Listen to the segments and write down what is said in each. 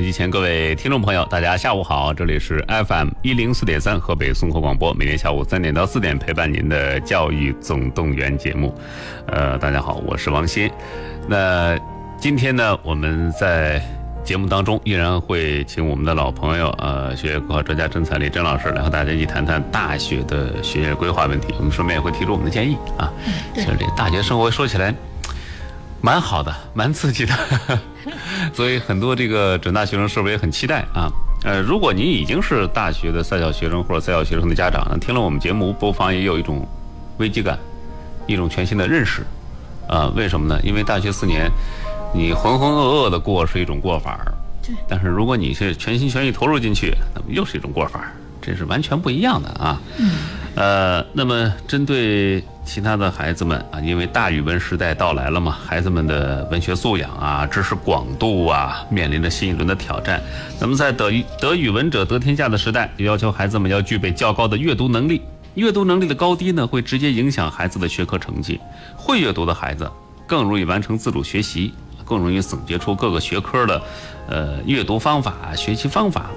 机前各位听众朋友，大家下午好，这里是 FM 一零四点三河北综合广播，每天下午三点到四点陪伴您的教育总动员节目。呃，大家好，我是王鑫。那今天呢，我们在节目当中依然会请我们的老朋友，呃，学业规划专家甄彩丽甄老师来和大家一起谈谈大学的学业规划问题。我们顺便也会提出我们的建议啊。其对实这大学生活说起来，蛮好的，蛮刺激的， 所以很多这个准大学生是不是也很期待啊？呃，如果您已经是大学的赛校学生或者赛校学生的家长呢，听了我们节目，不妨也有一种危机感，一种全新的认识。啊、为什么呢？因为大学四年，你浑浑噩噩的过是一种过法儿，对但是如果你是全心全意投入进去，那么又是一种过法儿，这是完全不一样的啊。呃，那么针对其他的孩子们啊，因为大语文时代到来了嘛，孩子们的文学素养啊、知识广度啊，面临着新一轮的挑战。那么在得一得语文者得天下的时代，也要求孩子们要具备较高的阅读能力。阅读能力的高低呢，会直接影响孩子的学科成绩。会阅读的孩子更容易完成自主学习，更容易总结出各个学科的呃阅读方法、学习方法。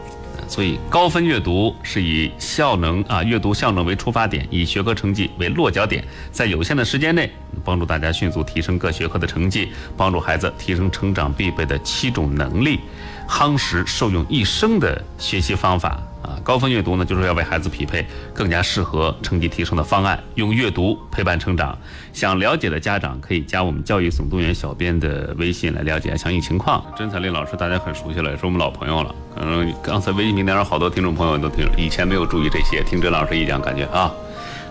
所以，高分阅读是以效能啊阅读效能为出发点，以学科成绩为落脚点，在有限的时间内，帮助大家迅速提升各学科的成绩，帮助孩子提升成长必备的七种能力，夯实受用一生的学习方法啊。高分阅读呢，就是要为孩子匹配更加适合成绩提升的方案，用阅读陪伴成长。想了解的家长可以加我们教育总动员小编的微信来了解详细情况。甄彩丽老师大家很熟悉了，也是我们老朋友了。可能刚才微信平台上好多听众朋友都听，以前没有注意这些，听甄老师一讲，感觉啊。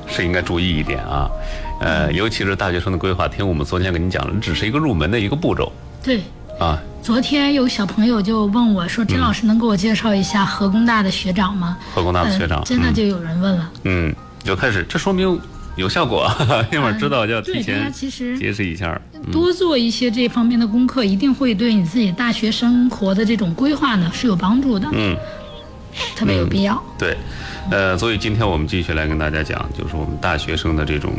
是应该注意一点啊，呃，尤其是大学生的规划，听我们昨天给您讲了，只是一个入门的一个步骤对，啊，昨天有小朋友就问我说：“甄老师能给我介绍一下河工大的学长吗？”河工大的啊学长，呃真的就有人问了。嗯，嗯就开始，这说明有效果， 那会儿知道就要提嗯对，大家前嗯其实嗯结识一下，多做一些这方面的功课，一定会对你自己大学生活的这种规划呢是有帮助的，嗯。特别有必要。对，呃，所以今天我们继续来跟大家讲，就是我们大学生的这种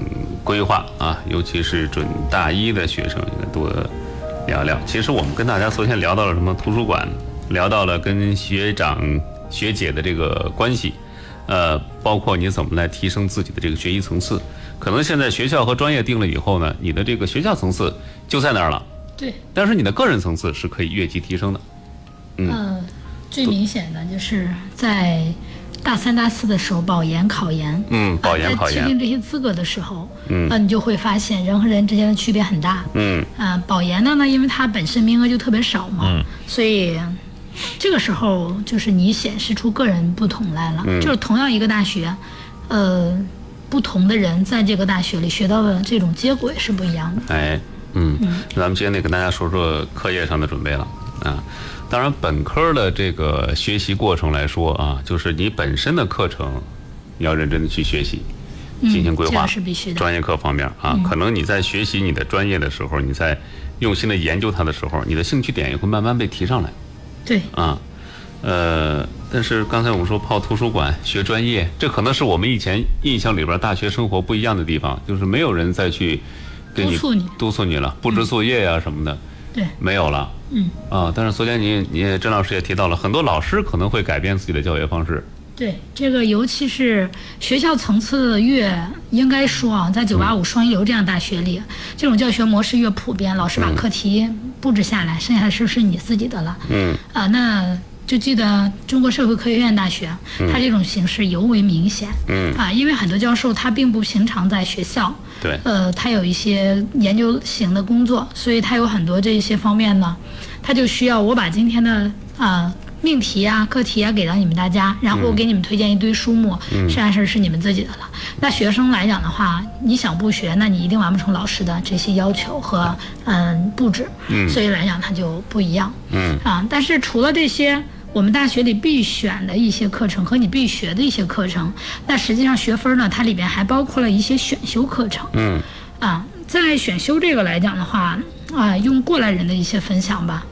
规划啊，尤其是准大一的学生，应该多聊聊。其实我们跟大家昨天聊到了什么图书馆，聊到了跟学长学姐的这个关系，呃，包括你怎么来提升自己的这个学习层次。可能现在学校和专业定了以后呢，你的这个学校层次就在那儿了，对，但是你的个人层次是可以越级提升的。嗯呃，最明显的就是在大三、大四的时候保研、考研。嗯，保研呃考在确定研，这些资格的时候，嗯呃，你就会发现人和人之间的区别很大。嗯呃，保研的呢，因为它本身名额就特别少嘛，嗯所以这个时候就是你显示出个人不同来了。嗯就是同样一个大学，呃，不同的人在这个大学里学到的这种接轨是不一样的。哎，嗯，咱们今天得跟大家说说课业上的准备了啊。当然，本科的这个学习过程来说啊，就是你本身的课程，你要认真的去学习，进行规嗯这划个。是必须的。嗯专业课方面啊，可能你在学习你的专业的时候，你在用心的研究它的时候，你的兴趣点也会慢慢被提上来对，啊。呃，但是刚才我们说泡图书馆学专业，这可能是我们以前印象里边大学生活不一样的地方，就是没有人再去跟你督促你嗯督促你了，布置作业呀、什么的对，没有了嗯，啊。但是昨天你你也甄老师也提到了，很多老师可能会改变自己的教学方式，对，这个尤其是学校层次越应该说啊，在九八嗯五双一流这样大学里，这种教学模式越普遍，老师把课题布置下来，剩下的事是你自己的了。嗯啊，那就记得中国社会科学院大学，它这种形式尤为明显。嗯啊，因为很多教授他并不平常在学校，对，呃，他有一些研究型的工作，所以他有很多这些方面呢，他就需要我把今天的呃命题啊、课题啊给到你们大家，然后我给你们推荐一堆书目，剩下事儿是你们自己的了。那学生来讲的话，你想不学，那你一定完不成老师的这些要求和嗯布置，所以来讲它就不一样。嗯啊，但是除了这些我们大学里必选的一些课程和你必学的一些课程，那实际上学分呢，它里边还包括了一些选修课程。嗯啊，在选修这个来讲的话，啊，用过来人的一些分享吧，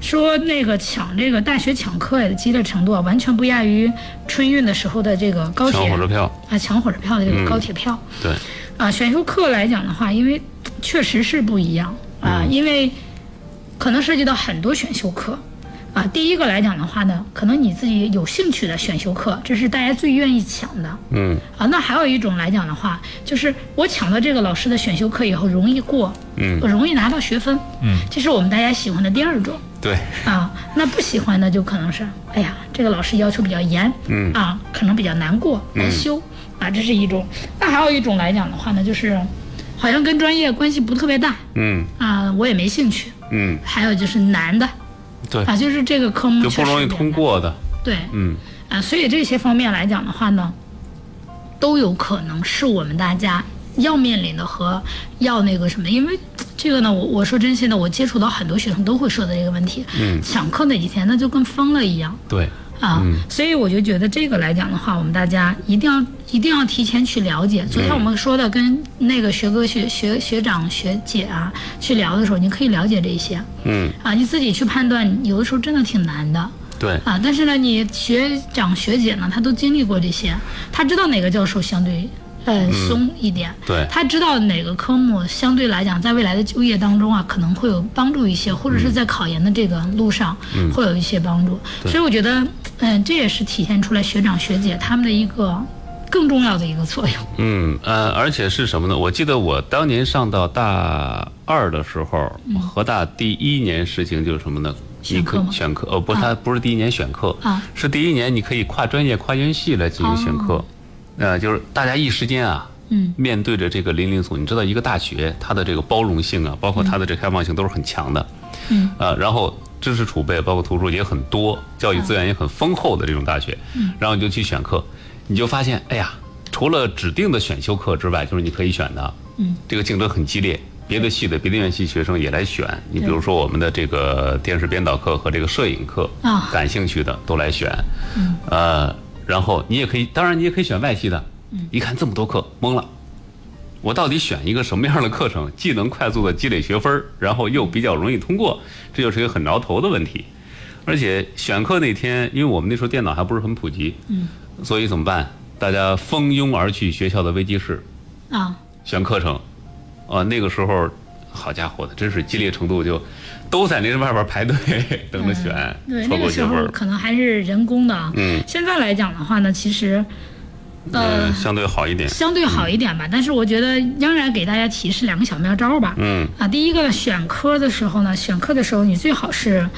说那个抢这个大学抢课的激烈程度啊，完全不亚于春运的时候的这个高抢铁火车票，啊抢火车票的这嗯个高铁票。对，啊，选修课来讲的话，因为嗯确实是不一样啊，因为可能涉及到很多选修课，啊、第一个来讲的话呢，可能你自己有兴趣的选修课，这是大家最愿意抢的。嗯啊，那还有一种来讲的话，就是我抢到这个老师的选修课以后容易过，嗯我容易拿到学分，嗯，这是我们大家喜欢的第二种对，啊。那不喜欢的就可能是，哎呀，这个老师要求比较严，嗯啊，可能比较难过难修、啊，这是一种。那还有一种来讲的话呢，就是好像跟专业关系不特别大嗯啊，我也没兴趣。嗯，还有就是难的对，啊，就是这个科目就确不实容易有点通难过的，对，嗯啊，所以这些方面来讲的话呢，都有可能是我们大家要面临的和要那个什么，因为这个呢，我我说真心的，我接触到很多学生都会说的这个问题，嗯抢课那几天那就跟疯了一样对，啊，所以我就觉得这个来讲的话，我们大家一定要一定要提前去了解。昨天我们说的跟那个学哥学学学长学姐啊去聊的时候，你可以了解这些嗯啊，你自己去判断，有的时候真的挺难的。对，啊，但是呢，你学长学姐呢，他都经历过这些，他知道哪个教授相对呃松一点，嗯对他知道哪个科目相对来讲，在未来的就业当中啊，可能会有帮助一些，或者嗯是在考研的这个路上会有一些帮助。所以我觉得，嗯、这也是体现出来学长学姐他们的一个更重要的一个作用。嗯呃，而且是什么呢？我记得我当年上到大二的时候，河大第一年事情就是什么呢？你选可课吗以选课，呃，不，他不是第一年选课啊，是第一年你可以跨专业、跨院系来进行选课，呃，就是大家一时间啊，哦嗯，面对着这个零零总，你知道一个大学它的这个包容性啊，包括它的这开放性都是很强的，嗯，呃，然后知识储备包括图书也很多，教育资源也很丰厚的这种大学，嗯，然后你就去选课，你就发现，哎呀，除了指定的选修课之外，就是你可以选的，嗯，这个竞争很激烈。别的系的、别的院系学生也来选，你比如说我们的这个电视编导课和这个摄影课，啊嗯感兴趣的都来选，呃，然后你也可以，当然你也可以选外系的。嗯一看这么多课，懵了，我到底选一个什么样的课程，既能快速的积累学分儿，然后又比较容易通过，这就是一个很挠头的问题。而且选课那天，因为我们那时候电脑还不是很普及，嗯，所以怎么办？大家蜂拥而去学校的微机室啊，选课程，啊，那个时候，好家伙的，真是激烈程度就都在那外边排队 等着选，嗯对，错那过个时学分候儿。可能还是人工的啊。嗯现在来讲的话呢，其实，呃嗯，相对好一点。相对好一点吧，但是我觉得仍然给大家提示两个小妙招吧。嗯啊，第一个呢，选科的时候呢，选课的时候你最好是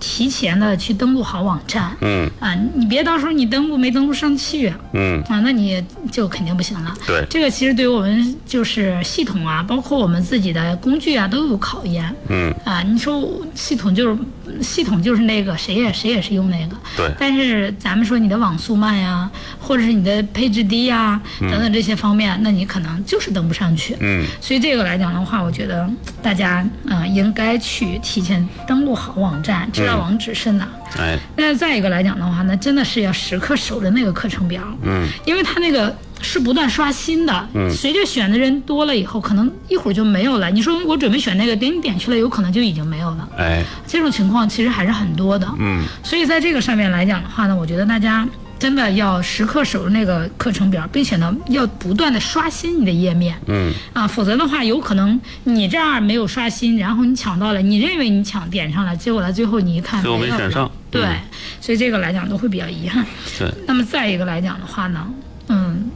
提前的去登录好网站。嗯啊，你别到时候你登录没登录上去啊，嗯，那你就肯定不行了。对这个其实对于我们就是系统啊，包括我们自己的工具啊，都有考验。嗯啊，你说系统就是系统就是那个，谁也谁也是用那个。对但是咱们说你的网速慢呀，或者是你的配置低呀，等等这些方面，那你可能就是登不上去。嗯。所以这个来讲的话，我觉得大家呃应该去提前登录好网站，知道嗯网址是哪。哎，那再一个来讲的话，那真的是要时刻守着那个课程表，嗯，因为它那个是不断刷新的，嗯，随着选的人多了以后，可能一会儿就没有了。你说我准备选那个，给你点去了，有可能就已经没有了。哎，这种情况其实还是很多的，嗯，所以在这个上面来讲的话呢，我觉得大家真的要时刻守着那个课程表，并且呢要不断的刷新你的页面，嗯，啊，否则的话有可能你这儿没有刷新，然后你抢到了，你认为你抢点上了，结果到最后你一看最后没有选了上对，嗯所以这个来讲都会比较遗憾。对，那么再一个来讲的话呢，嗯，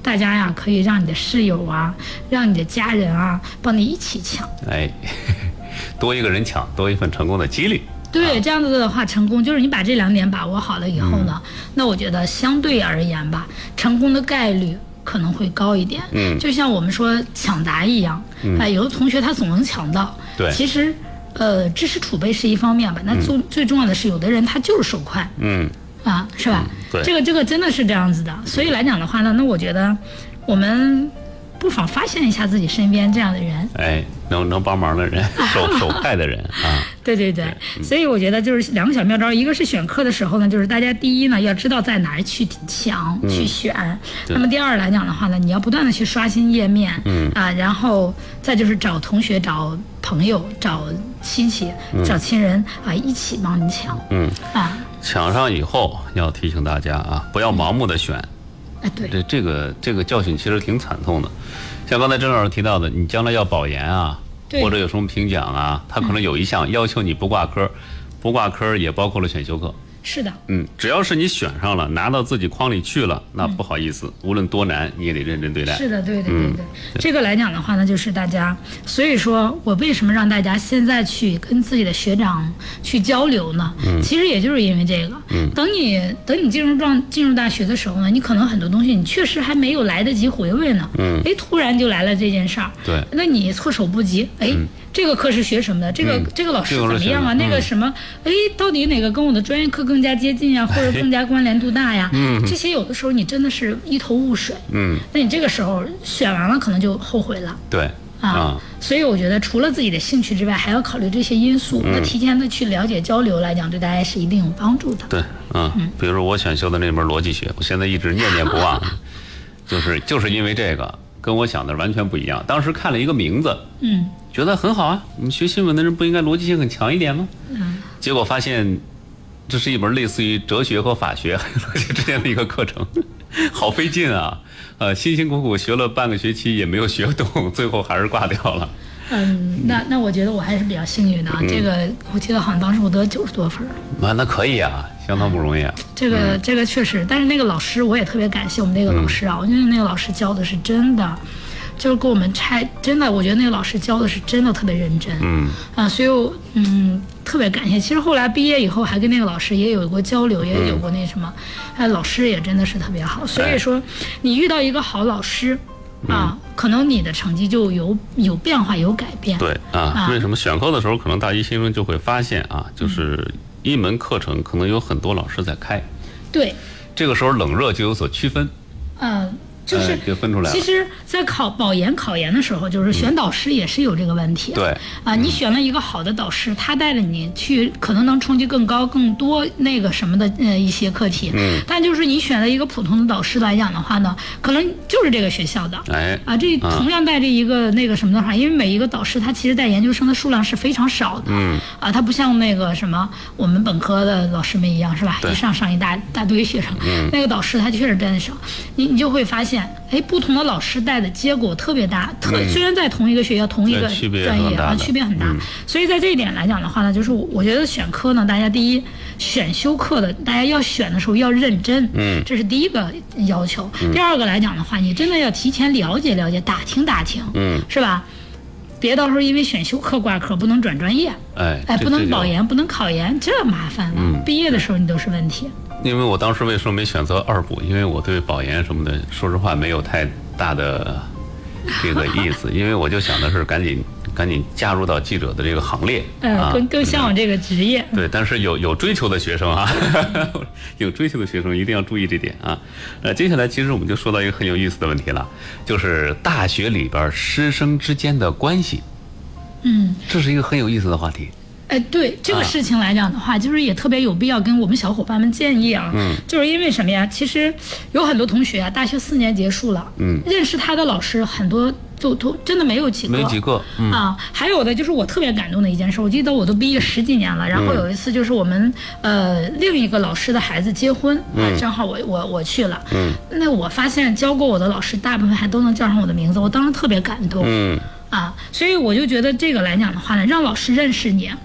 大家呀可以让你的室友啊，让你的家人啊，帮你一起抢。哎，多一个人抢，多一份成功的几率。对，这样子的话，成功就是你把这两点把握好了以后呢，嗯那我觉得相对而言吧，成功的概率可能会高一点。嗯就像我们说抢答一样，啊、有的同学他总能抢到，对其实。呃，知识储备是一方面吧，那最、最重要的是，有的人他就是手快，嗯，啊，是吧？对嗯这个这个真的是这样子的。所以来讲的话呢，那我觉得我们不妨发现一下自己身边这样的人。哎，能能帮忙的 人，手手快的人啊，对对对，嗯所以我觉得就是两个小妙招，一个是选课的时候呢，就是大家第一呢要知道在哪儿去抢、去选，对那么第二来讲的话呢，你要不断的去刷新页面，嗯啊，然后再就是找同学、找朋友、找亲戚、找亲人啊，一起帮你抢，嗯，啊，抢上以后要提醒大家啊，不要盲目的选，哎对，这这个这个教训其实挺惨痛的。像刚才郑老师提到的，你将来要保研啊，对或者有什么评奖啊，他可能有一项要求你不挂科，不挂科也包括了选修课。是的，嗯，只要是你选上了，拿到自己框里去了，那不好意思，无论多难，你也得认真对待。嗯嗯是的，对对对对，这个来讲的话呢，就是大家，所以说我为什么让大家现在去跟自己的学长去交流呢？嗯其实也就是因为这个。等你等你进入状进入大学的时候呢，你可能很多东西你确实还没有来得及回味呢。嗯。哎，突然就来了这件事儿。对嗯那你措手不及，哎。这个课是学什么的？这个、这个老师这怎个老么师样啊？学什么嗯那个什么，哎，到底哪个跟我的专业课更加接近呀、或者更加关联度大呀？嗯，这些有的时候你真的是一头雾水。嗯，那你这个时候选完了，可能就后悔了。对啊，所以我觉得除了自己的兴趣之外，还要考虑这些因素。嗯那提前的去了解交流来讲，对大家是一定有帮助的。对，嗯，比如说我选修的那门逻辑学，我现在一直念念不忘，就是就是因为这个，跟我想的完全不一样。当时看了一个名字，嗯，觉得很好啊，你学新闻的人不应该逻辑性很强一点吗？嗯，结果发现这是一门类似于哲学和法学 还有逻辑之间的一个课程，好费劲啊！呃，辛辛苦苦学了半个学期也没有学懂，最后还是挂掉了。嗯，那那我觉得我还是比较幸运的嗯啊。这个我记得好像当时我得九十多分儿，啊，那可以啊，相当不容易啊。这个、这个确实，但是那个老师我也特别感谢我们那个老师啊，我觉得那个老师教的是真的，就是给我们拆，真的，我觉得那个老师教的是真的特别认真，嗯，啊，所以我嗯特别感谢。其实后来毕业以后还跟那个老师也有过交流，也有过那什么，哎，老师也真的是特别好。所以说，你遇到一个好老师。啊，可能你的成绩就有有变化，有改变。对啊啊，嗯为什么选课的时候，可能大一新生就会发现啊，就是一门课程可能有很多老师在开，对，这个时候冷热就有所区分，嗯，就是、哎就分出来其了。实，在考保研、考研的时候，就是选导师也是有这个问题。对嗯啊，你选了一个好的导师，他带着你去，可能能冲击更高、更多那个什么的呃一些课题。嗯，但就是你选了一个普通的导师来讲的话呢，可能就是这个学校的。哎，啊，这同样带着一个那个什么的话，因为每一个导师他其实带研究生的数量是非常少的，嗯，啊，他不像那个什么我们本科的老师们一样是吧？对一上上一大大堆学生，那个导师他确实带的少，你你就会发现，哎，不同的老师带的结果特别大，特、虽然在同一个学校同一个对区别专很业大啊，的嗯区别很大，所以在这一点来讲的话呢，就是我我觉得选科呢，大家第一选修课的，大家要选的时候要认真，嗯，这是第一个要求。嗯第二个来讲的话，你真的要提前了解了解，打听打听，嗯，是吧？别到时候因为选修课挂科不能转专业，哎，哎，这不能保。这就嗯研，不能考研，这麻烦了。毕业的时候你都是问题。因为我当时为什么没选择二补？因为我对保研什么的，说实话没有太大的这个意思，因为我就想的是赶紧赶紧加入到记者的这个行列。嗯，啊更更向往这个职业。对，但是有有追求的学生啊， 有追求的学生一定要注意这点啊。那接下来其实我们就说到一个很有意思的问题了，就是大学里边师生之间的关系，嗯，这是一个很有意思的话题。哎，对这个啊事情来讲的话，就是也特别有必要跟我们小伙伴们建议啊，嗯，就是因为什么呀？其实有很多同学啊，大学四年结束了，嗯，认识他的老师很多就都真的没有几个，没几个，嗯，啊，还有的就是我特别感动的一件事，我记得我都毕业十几年了，然后有一次就是我们、呃另一个老师的孩子结婚，啊，正好我我我去了，嗯，那我发现教过我的老师大部分还都能叫上我的名字，我当时特别感动，嗯，啊，所以我就觉得这个来讲的话呢，让老师认识你啊，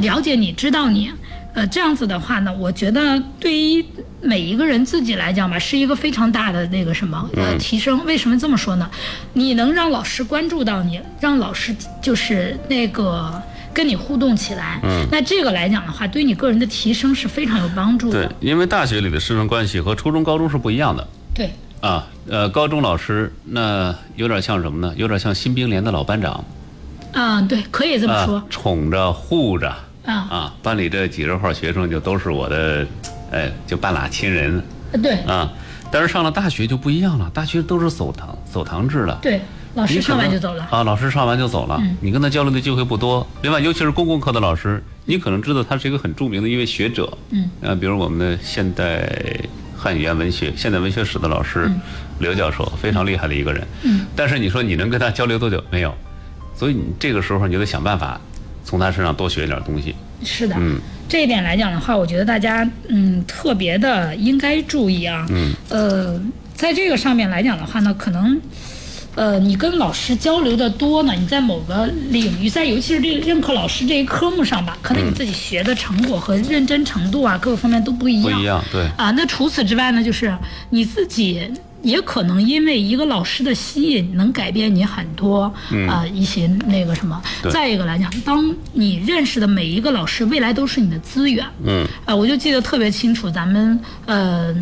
了解你，知道你。呃，这样子的话呢，我觉得对于每一个人自己来讲吧，是一个非常大的那个什么嗯呃提升。为什么这么说呢？你能让老师关注到你，让老师就是那个跟你互动起来，嗯，那这个来讲的话，对你个人的提升是非常有帮助对的。，因为大学里的师生关系和初中、高中是不一样的对，啊。呃，高中老师那有点像什么呢？有点像新兵连的老班长嗯，对，可以这么说啊，，宠着护着啊，啊，班里这几十号学生就都是我的，哎，就半拉亲人。呃对啊。但是上了大学就不一样了，大学都是走堂走堂制了。对，老你师可上完能就走了。嗯啊，老师上完就走了，你跟他交流的机会不多。另外，尤其是公共课的老师，你可能知道他是一个很著名的一位学者，嗯，啊，比如我们的现代汉语言文学、现代文学史的老师、刘教授，非常厉害的一个人，嗯，但是你说你能跟他交流多久？没有，所以你这个时候你就得想办法从他身上多学一点东西，是的，嗯这一点来讲的话，我觉得大家嗯特别的应该注意啊。嗯，呃，在这个上面来讲的话呢，可能呃，你跟老师交流的多呢，你在某个领域，在尤其是这任课老师这一科目上吧，可能你嗯自己学的成果和认真程度啊，各个方面都不一不样。一样，对，啊，那除此之外呢，就是你自己也可能因为一个老师的吸引，能改变你很多啊、一些那个什么嗯对。再一个来讲，当你认识的每一个老师，未来都是你的资源。嗯，啊，我就记得特别清楚，咱们呃。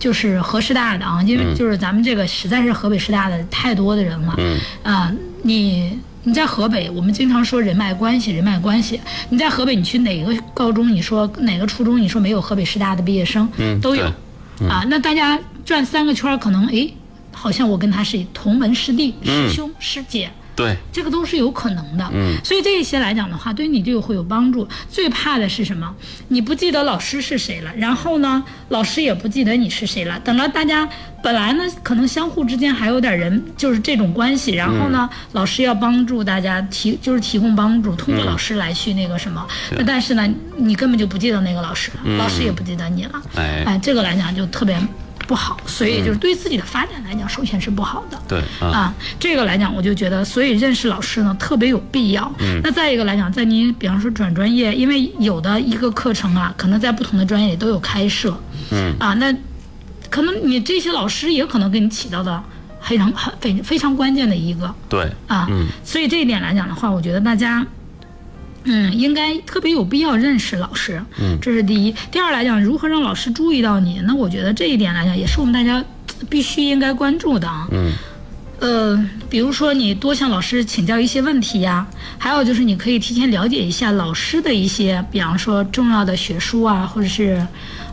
就是河师大的啊，因嗯为就是咱们这个实在是河北师大的太多的人了，嗯啊，你你在河北，我们经常说人脉关系，人脉关系。你在河北，你去哪个高中，你说哪个初中，你说没有河北师大的毕业生，嗯都有对、嗯啊。那大家转三个圈儿，可能诶，好像我跟他是同门师弟、嗯师兄、师姐，对，这个都是有可能的。嗯，所以这一些来讲的话，对你就会有帮助。最怕的是什么？你不记得老师是谁了，然后呢，老师也不记得你是谁了。等到大家本来呢，可能相互之间还有点人就是这种关系，然后呢，老师要帮助大家提，就是提供帮助，通过老师来去那个什么。那但是呢，你根本就不记得那个老师了，老师也不记得你了。哎哎，这个来讲就特别不好，所以就是对自己的发展来讲，首先是不好的。对啊，啊，这个来讲，我就觉得，所以认识老师呢特别有必要。那再一个来讲，在您比方说转专业，因为有的一个课程啊，可能在不同的专业里都有开设，嗯啊，那可能你这些老师也可能给你起到的非常很非非常关键的一个对，啊，所以这一点来讲的话，我觉得大家。嗯，应该特别有必要认识老师，嗯，这是第一。第二来讲，如何让老师注意到你？那我觉得这一点来讲，也是我们大家呃必须应该关注的啊。嗯，呃，比如说你多向老师请教一些问题呀、还有就是你可以提前了解一下老师的一些，比方说重要的学术啊，或者是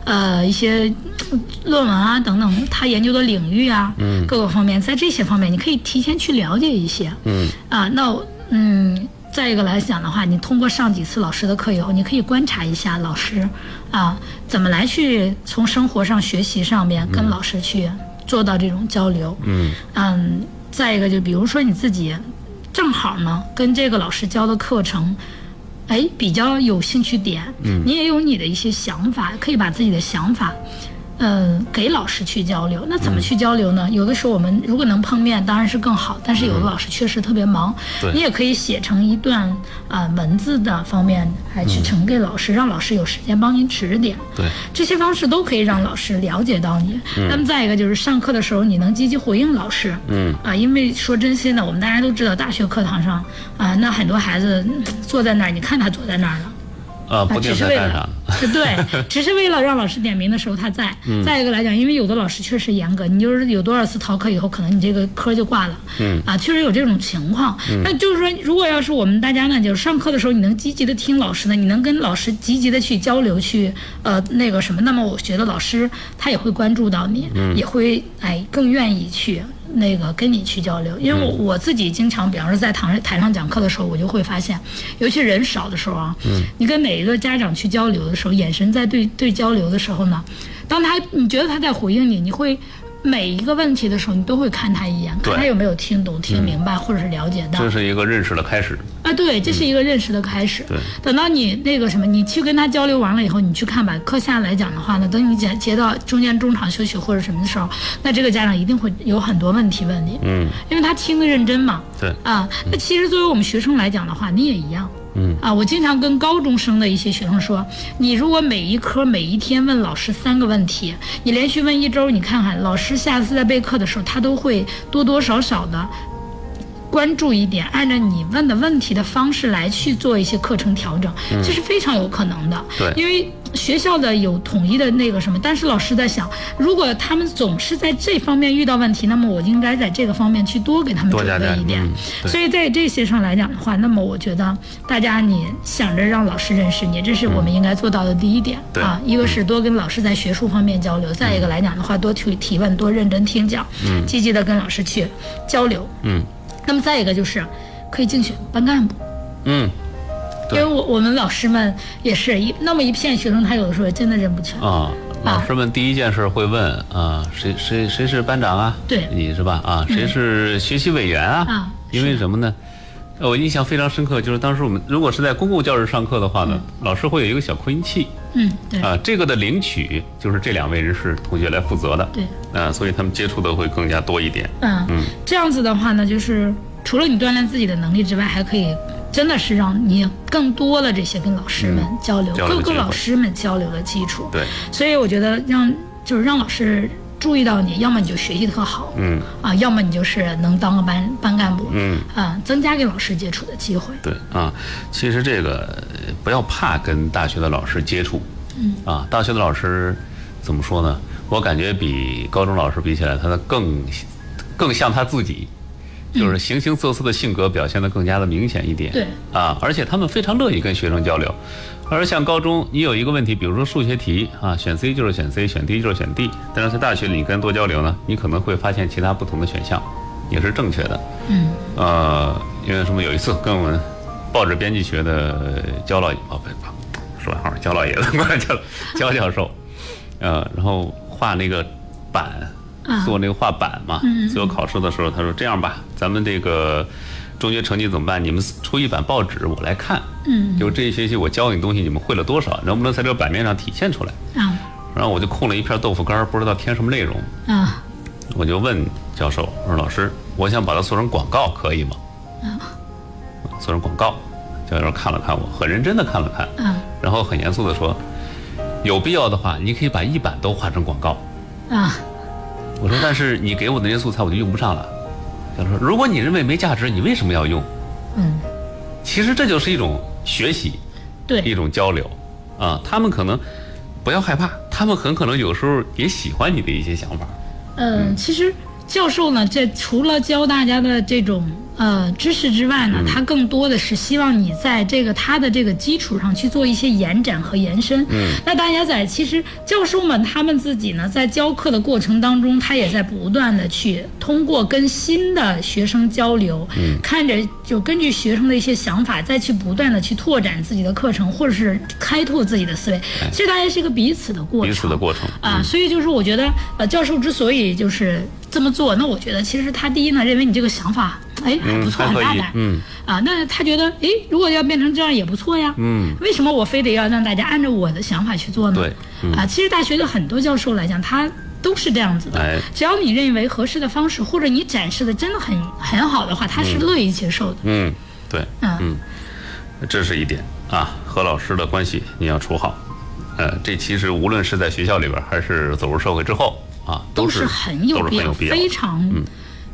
呃一些嗯论文啊等等，他研究的领域啊，嗯，各个方面，在这些方面你可以提前去了解一些，嗯，啊，那我嗯。再一个来讲的话，你通过上几次老师的课以后，你可以观察一下老师啊，怎么来去从生活上、学习上面跟老师去做到这种交流。嗯再一个就比如说你自己正好呢跟这个老师教的课程。哎，比较有兴趣点，嗯，你也有你的一些想法，可以把自己的想法，嗯、给老师去交流。那怎么去交流呢？有的时候我们如果能碰面，当然是更好。但是有的老师确实特别忙，对你也可以写成一段啊、呃文字的方面来去呈给老师，让老师有时间帮您指点。对，这些方式都可以让老师了解到你。那么再一个就是上课的时候，你能积极回应老师。嗯啊，因为说真心的，我们大家都知道，大学课堂上啊，那很多孩子嗯坐在那儿，你看他坐在那儿了。啊，不啊，定只是在为干啥呢了， 对，只是为了让老师点名的时候他在。再一个来讲，因为有的老师确实严格，你就是有多少次逃课以后，可能你这个科就挂了。嗯，啊，确实有这种情况。那就是说，如果要是我们大家呢，就是上课的时候你能积极的听老师呢，你能跟老师积极的去交流，去呃那个什么，那么我觉得老师他也会关注到你，也会哎更愿意去。那个跟你去交流，因为我我自己经常，比方说在台上台上讲课的时候，我就会发现，尤其人少的时候啊，你跟每一个家长去交流的时候，眼神在对对交流的时候呢，当他你觉得他在回应你，你会每一个问题的时候，你都会看他一眼，对看他有没有听懂、听明白，或者是了解到。这是一个认识的开始，啊，对，这是一个认识的开始。对等到你那个什么，你去跟他交流完了以后，你去看吧。课下来讲的话呢，等你讲截到中间中场休息或者什么的时候，那这个家长一定会有很多问题问你，嗯，因为他听得认真嘛。对，啊，那其实作为我们学生来讲的话，你也一样。嗯啊，我经常跟高中生的一些学生说，你如果每一科每一天问老师三个问题，你连续问一周，你看看老师下次在备课的时候，他都会多多少少的关注一点，按照你问的问题的方式来去做一些课程调整，这是非常有可能的。嗯对因为学校的有统一的那个什么，但是老师在想，如果他们总是在这方面遇到问题，那么我应该在这个方面去多给他们多准加点备一点。嗯对所以在这些上来讲的话，那么我觉得大家你想着让老师认识你，这是我们应该做到的第一点、嗯对啊。一个是多跟老师在学术方面交流，再一个来讲的话，多去提问，多认真听讲，积极的跟老师去交流。嗯那么再一个就是，可以竞选班干部，嗯，因对为我我们老师们也是一那么一片学生，他有的时候真的认不全。啊，老啊师们第一件事会问啊，谁谁谁是班长啊？对嗯你是吧？啊，谁是学习委员啊？啊因为什么呢？呃我印象非常深刻，就是当时我们如果是在公共教室上课的话呢，老师会有一个小扩音器嗯，对，啊，这个的领取就是这两位人士同学来负责的，对，啊，所以他们接触的会更加多一点。嗯，这样子的话呢，就是除了你锻炼自己的能力之外，还可以真的是让你更多了这些跟老师们交流，嗯交流的各机个会老师们交流的基础。对，所以我觉得让就是让老师注意到你，要么你就学习特好，嗯啊，要么你就是能当个班班干部，嗯，啊，增加跟老师接触的机会。对啊，其实这个呃不要怕跟大学的老师接触，嗯啊，大学的老师怎么说呢？我感觉比高中老师比起来，他的更更像他自己，就是形形色色的性格表现得更加的明显一点。嗯对啊，而且他们非常乐意跟学生交流。而像高中，你有一个问题，比如说数学题啊，选 C 就是选 C，选 D 就是选 D。但是在大学里，你跟人多交流呢，你可能会发现其他不同的选项也是正确的。嗯，呃，因为什么？有一次跟我们报纸编辑学的焦老哦，不不，说完号焦老爷子，焦焦 教授，呃，然后画那个板，啊嗯做那个画板嘛。最后考试的时候，他说这样吧，咱们这个中学成绩怎么办？你们出一版报纸，我来看。嗯，就这一学期我教你东西，你们会了多少？能不能在这个版面上体现出来？啊然后我就空了一片豆腐干儿，不知道填什么内容。啊，我就问教授，我说老师，我想把它做成广告，可以吗？啊做成广告。教授看了看我，很认真的看了看，嗯然后很严肃的说，有必要的话，你可以把一版都画成广告。啊，我说，但是你给我的那些素材我就用不上了。教授说，如果你认为没价值，你为什么要用？嗯，其实这就是一种学习，一对，种交流，啊，他们可能不要害怕，他们很可能有时候也喜欢你的一些想法。嗯，其实教授呢，这除了教大家的这种呃知识之外嗯呢，他更多的是希望你在这个他的这个基础上去做一些延展和延伸。嗯，那大家在其实教授们他们自己呢，在教课的过程当中，他也在不断的去通过跟新的学生交流，嗯看着就根据学生的一些想法，再去不断的去拓展自己的课程，或者是开拓自己的思维。其实大家是一个彼此的过程，哎彼此的过程啊，所以就是我觉得，呃，教授之所以就是这么做，那我觉得其实他第一呢，认为你这个想法，哎，还不错，还很可大以胆，嗯，啊，那他觉得，哎，如果要变成这样也不错呀，嗯，为什么我非得要让大家按照我的想法去做呢？对，嗯啊，其实大学的很多教授来讲，他。都是这样子的，哎只要你认为合适的方式，或者你展示的真的很很好的话，他是乐意接受的。嗯，对，嗯这是一点啊，和老师的关系你要处好。呃，这其实无论是在学校里边，还是走入社会之后啊，都是很有都是很有必要的嗯非常、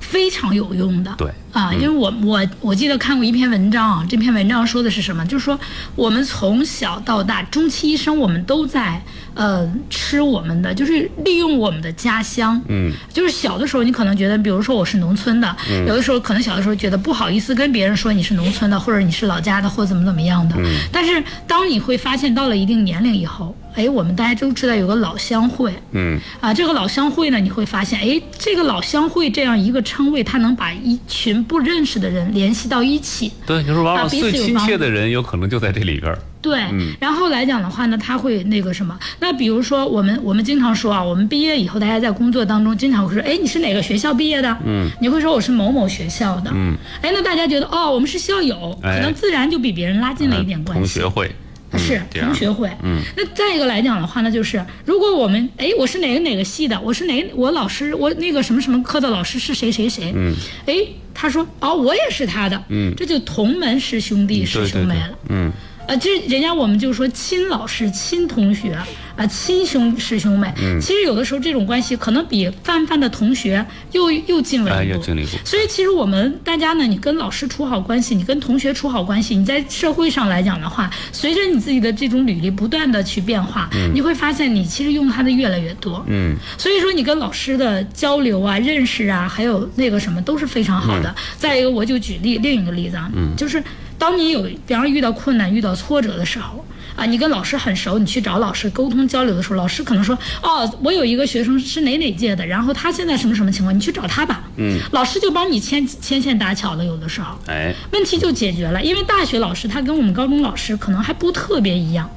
非常有用的。对啊，因为我我我记得看过一篇文章啊，这篇文章说的是什么？就是说我们从小到大，终其一生，我们都在呃吃我们的，就是利用我们的家乡。嗯，就是小的时候，你可能觉得，比如说我是农村的，有的时候可能小的时候觉得不好意思跟别人说你是农村的，或者你是老家的，或者怎么怎么样的。但是当你会发现到了一定年龄以后，哎，我们大家都知道有个老乡会。嗯，啊，这个老乡会呢，你会发现，哎，这个老乡会这样一个称谓，它能把一群不认识的人联系到一起。对，就是往往啊彼此最有亲帮切助的人，有可能就在这里边儿。对，然后来讲的话呢，他会那个什么，那比如说我们我们经常说啊，我们毕业以后，大家在工作当中经常会说，哎，你是哪个学校毕业的？嗯，你会说我是某某学校的。嗯，哎，那大家觉得哦，我们是校友，哎可能自然就比别人拉近了一点关同系。学会，嗯是这同样学会，嗯，那再一个来讲的话呢，就是如果我们，哎，我是哪个哪个系的，我是哪个我老师，我那个什么什么科的老师是谁谁谁，嗯，哎，他说，哦，我也是他的，嗯，这就同门师兄弟对师对兄妹对了，嗯，啊，这人家我们就说亲老师、亲同学啊、亲兄师兄妹。嗯其实有的时候这种关系可能比泛泛的同学又又近了哎一步。又近了一 步所以其实我们大家呢，你跟老师处好关系，你跟同学处好关系，你在社会上来讲的话，随着你自己的这种履历不断的去变化，你会发现你其实用它的越来越多。嗯，所以说你跟老师的交流啊、认识啊，还有那个什么都是非常好的。再一个，我就举例另一个例子啊，就是当你有比方说遇到困难、遇到挫折的时候。啊，你跟老师很熟，你去找老师沟通交流的时候，老师可能说，哦，我有一个学生是哪哪届的，然后他现在什么什么情况，你去找他吧。嗯，老师就帮你牵牵线搭桥了，有的时候。哎，问题就解决了，因为大学老师他跟我们高中老师可能还不特别一样，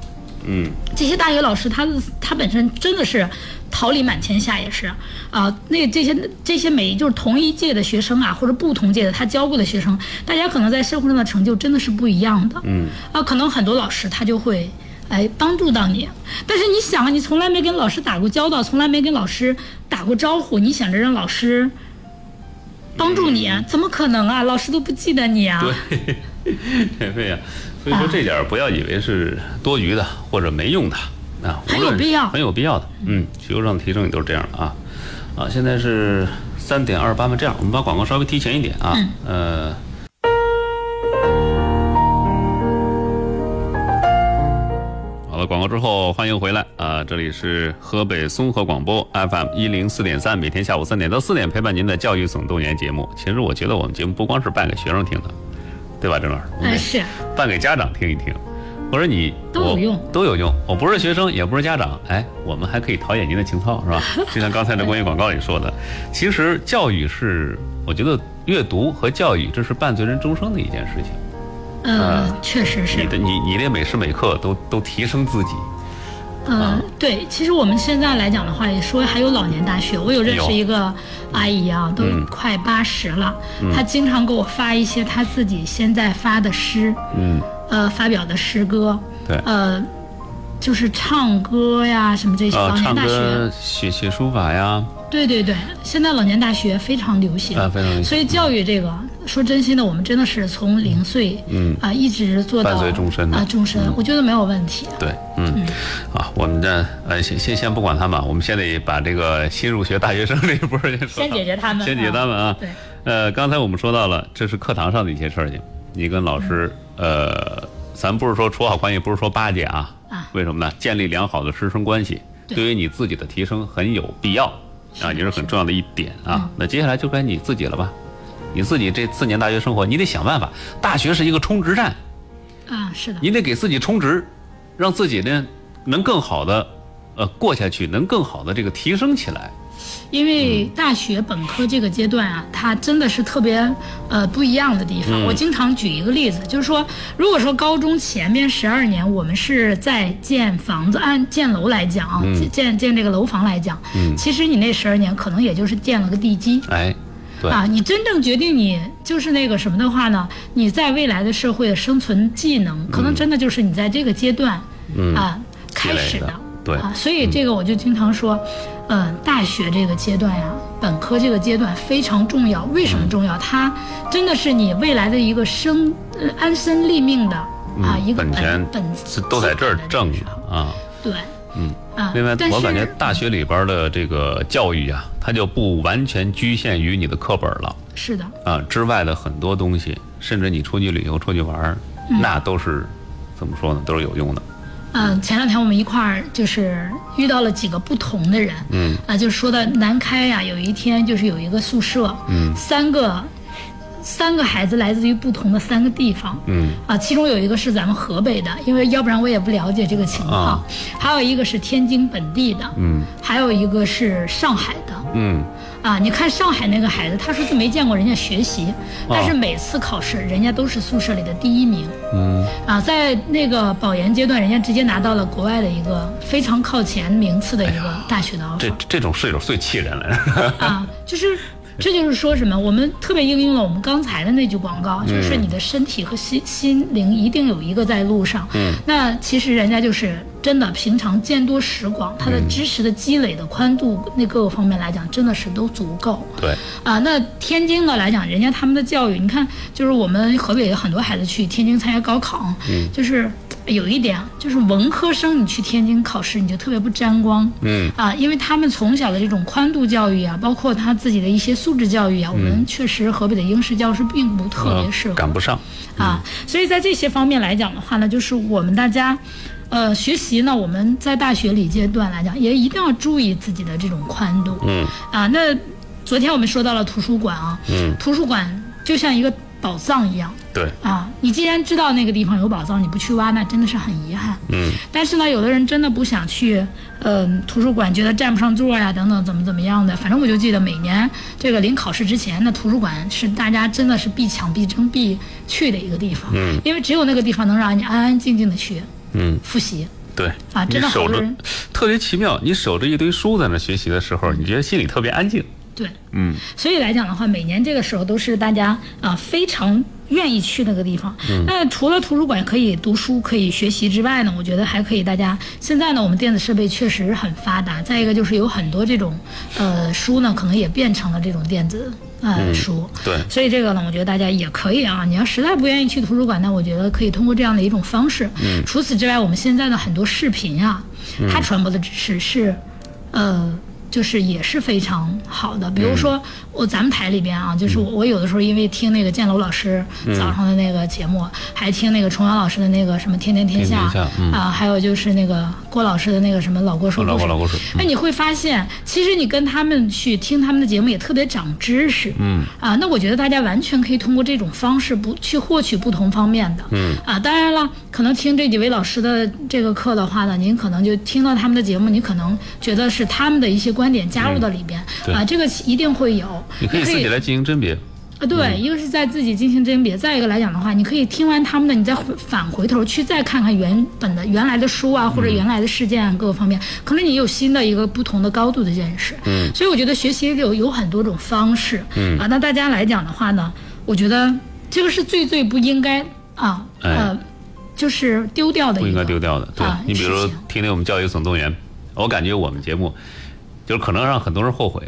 嗯这些大学老师他他本身真的是桃李满天下也是啊、那这些这些每就是同一届的学生啊，或者不同届的他教过的学生，大家可能在生活上的成就真的是不一样的。嗯，啊，可能很多老师他就会。哎，帮助到你，但是你想啊，你从来没跟老师打过交道，从来没跟老师打过招呼，你想着让老师帮助你，怎么可能啊？老师都不记得你啊。嗯对， 免费啊。所以说这点儿不要以为是多余的或者没用的啊，很无论有必要很有必要的。嗯，学优上提升也都是这样的啊。啊，现在是三点二十八分，这样我们把广告稍微提前一点啊。嗯呃。好了，广告之后欢迎回来啊！这里是河北综合广播 FM 一零四点三，每天下午三点到四点陪伴您的教育总动员节目。其实我觉得我们节目不光是办给学生听的，对吧，郑老师？我们哎，是办给家长听一听。我说你都有我用都有用。我不是学生，也不是家长，哎，我们还可以陶冶您的情操，是 吧？就像刚才的公益广告里说的，其实教育是，我觉得阅读和教育这是伴随人终生的一件事情。呃啊，确实是你。的你你得每时每刻都都提升自己，啊嗯，对，其实我们现在来讲的话，也说还有老年大学。我有认有识一个阿姨啊，都嗯快八十了，她经常给我发一些她自己现在发的诗，嗯，呃，发表的诗歌，对。呃，就是唱歌呀什么这些。呃老，年唱大学，啊歌、写写书法呀，对对对，现在老年大学非常流行。啊，非常所以教育这个，说真心的，我们真的是从零岁，嗯啊、一直做到伴随终身的嗯啊，终身，我觉得没有问题。对，嗯，啊，我们这呃，先先先不管他们，我们先得把这个新入学大学生这 一 波儿先说先解决他们先解决啊他们啊。对，呃，刚才我们说到了，这是课堂上的一些事儿情，你跟老师，呃，咱不是说处好关系，不是说巴结啊，嗯啊为什么呢？建立良好的师生关系，对对于你自己的提升很有必要啊，的也是是很的嗯重要的一点啊。那接下来就该你自己了吧，你自己这四年大学生活，你得想办法。大学是一个充值站，啊，是的，你得给自己充值，让自己呢能更好的呃过下去，能更好的这个提升起来。因为大学本科这个阶段啊，它真的是特别呃不一样的地方。我经常举一个例子，就是说，如果说高中前边十二年我们是在建房子，按建楼来讲啊，建建这个楼房来讲，其实你那十二年可能也就是建了个地基，哎，对，啊，你真正决定你就是那个什么的话呢，你在未来的社会的生存技能，可能真的就是你在这个阶段、啊嗯积开累始的的，对嗯啊，所以这个我就经常说，嗯、大学这个阶段呀、本科这个阶段非常重要。嗯为什么重要？它真的是你未来的一个生呃安身立命的啊、一个嗯本钱本是都在这儿挣基着本的啊。对，嗯啊，另外但，我是感觉大学里边的这个教育啊，它就不完全局限于你的课本了是的，啊，之外的很多东西，甚至你出去旅游、出去玩儿，那都是怎么说呢？都是有用的。嗯，前两天我们一块儿就是遇到了几个不同的人，嗯，啊，就说到南开呀、有一天就是有一个宿舍，嗯，三个三个孩子来自于不同的三个地方，嗯，啊，其中有一个是咱们河北的，因为要不然我也不了解这个情况，啊还有一个是天津本地的，嗯，还有一个是上海的，嗯，啊，你看上海那个孩子，他说就没见过人家学习，但是每次考试人家都是宿舍里的第一名。嗯，啊，在那个保研阶段，人家直接拿到了国外的一个非常靠前名次的一个大学的 offer、这这种室友最气人了。啊，就是。这就是说什么？我们特别应用了我们刚才的那句广告，就是你的身体和心心灵一定有一个在路上。嗯，那其实人家就是真的平常见多识广，他的知识的积累的宽度，那各个方面来讲，真的是都足够。 对，啊，那天津的来讲，人家他们的教育，你看，就是我们河北有很多孩子去天津参加高考，就是呃有一点，就是文科生你去天津考试，你就特别不沾光，嗯，啊，因为他们从小的这种宽度教育啊，包括他自己的一些素质教育啊，我们确实河北的应试教师并不特别适合，呃赶不上。啊，所以在这些方面来讲的话呢，就是我们大家，呃，学习呢，我们在大学里阶段来讲，也一定要注意自己的这种宽度。嗯，啊，那昨天我们说到了图书馆啊，嗯，图书馆就像一个宝藏一样。对，啊，你既然知道那个地方有宝藏，你不去挖，那真的是很遗憾。嗯。但是呢，有的人真的不想去，嗯、图书馆觉得占不上座呀，等等，怎么怎么样的。反正我就记得每年这个临考试之前，那图书馆是大家真的是必抢、必争、必去的一个地方。嗯。因为只有那个地方能让你安安静静的学，嗯，复习。对啊你真的好守多着人特别奇妙。你守着一堆书在那学习的时嗯候，你觉得心里特别安静。对，嗯，所以来讲的话，每年这个时候都是大家啊、非常愿意去那个地方。嗯那除了图书馆可以读书、可以学习之外呢，我觉得还可以大家现在呢，我们电子设备确实很发达。再一个就是有很多这种呃书呢，可能也变成了这种电子呃、书。嗯对所以这个呢，我觉得大家也可以啊。你要实在不愿意去图书馆呢，我觉得可以通过这样的一种方式。嗯、除此之外，我们现在的很多视频啊，嗯它传播的知识是，呃，就是也是非常好的。比如嗯说我咱们台里边啊，就是我我有的时候因为听那个建楼老师嗯早上的那个节目，还听那个重阳老师的那个什么《天天天下天》天天下嗯啊，还有就是那个郭老师的那个什么老郭说老故郭事，老郭说哎，你会发现，其实你跟他们去听他们的节目也特别长知识。嗯。啊，那我觉得大家完全可以通过这种方式不去获取不同方面的。嗯。啊，当然了，可能听这几位老师的这个课的话呢，您可能就听到他们的节目，你可能觉得是他们的一些观点加入到里边、嗯对啊，这个一定会有。你可以自己来进行甄别。啊，嗯对，一个是在自己进行甄别，再一个来讲的话，你可以听完他们的，你再回返回头去再看看原本的原来的书啊，嗯或者原来的事件啊，各个方面，可能你有新的一个不同的高度的认识。嗯，所以我觉得学习有有很多种方式。嗯啊，那大家来讲的话呢，我觉得这个是最最不应该啊，哎呃，就是丢掉的不一个应该丢掉的。对、啊你，比如事说情听听我们《教育总动员》，我感觉我们节目就是可能让很多人后悔，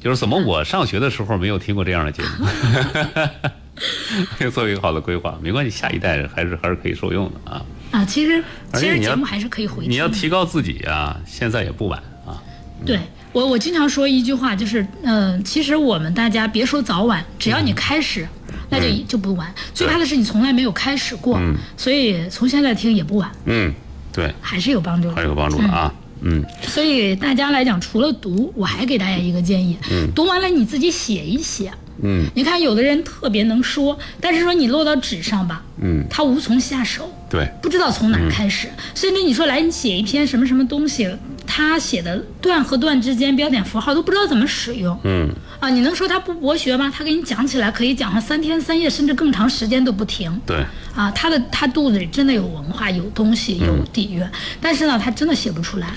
就是怎么我上学的时候没有听过这样的节目。 没有做一个好的规划，没关系，下一代还是还是可以受用的啊。啊，其实而其且实你要节目还是可以回你要听的提高自己啊，现在也不晚啊。对我，我经常说一句话，就是，嗯、其实我们大家别说早晚，只要你嗯开始，那就就不晚。最怕的是你从来没有开始过，所以从现在听也不晚，嗯，对，还是有帮助还的。是有帮助的啊。嗯，所以大家来讲，除了读，我还给大家一个建议，读完了你自己写一写。嗯，你看有的人特别能说，但是说你落到纸上吧，嗯，他无从下手。对，嗯不知道从哪儿开始，甚至你说来你写一篇什么什么东西，他写的段和段之间标点符号都不知道怎么使用。嗯，啊，你能说他不博学吗？他给你讲起来可以讲上三天三夜，甚至更长时间都不停。对，啊，他的他肚子里真的有文化，有东西，嗯有底蕴，但是呢，他真的写不出来，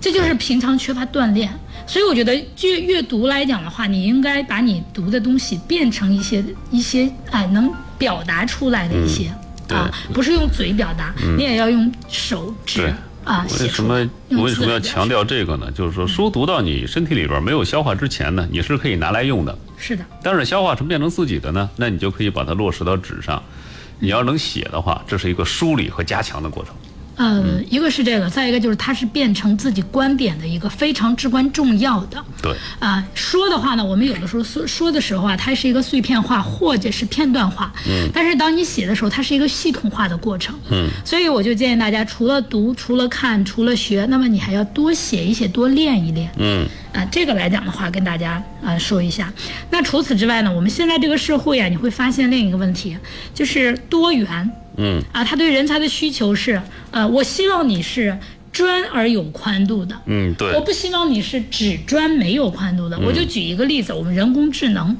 这就是平常缺乏锻炼。所以我觉得，就阅读来讲的话，你应该把你读的东西变成一些一些啊、能表达出来的一些、嗯对嗯啊，不是用嘴表达，你也要用手指对啊写为什出来么用为什字么来要表强达调这个呢？就是说，书读到你身体里边没有消化之前呢，你是可以拿来用的。是的，但是消化成变成自己的呢，那你就可以把它落实到纸上。你要能写的话，这是一个梳理和加强的过程。呃，嗯一个是这个，再一个就是它是变成自己观点的一个非常至关重要的。对，啊、说的话呢，我们有的时候说说的时候啊，它是一个碎片化或者是片段化，嗯，但是当你写的时候，它是一个系统化的过程，嗯，所以我就建议大家，除了读，除了看，除了学，那么你还要多写一写，多练一练，嗯，啊、这个来讲的话，跟大家啊说一下。那除此之外呢，我们现在这个社会啊，你会发现另一个问题，就是多元，嗯，啊，他对人才的需求是，呃，我希望你是专而有宽度的，嗯，我对，不希望你是只专没有宽度的。我就举一个例子，我们人工智能。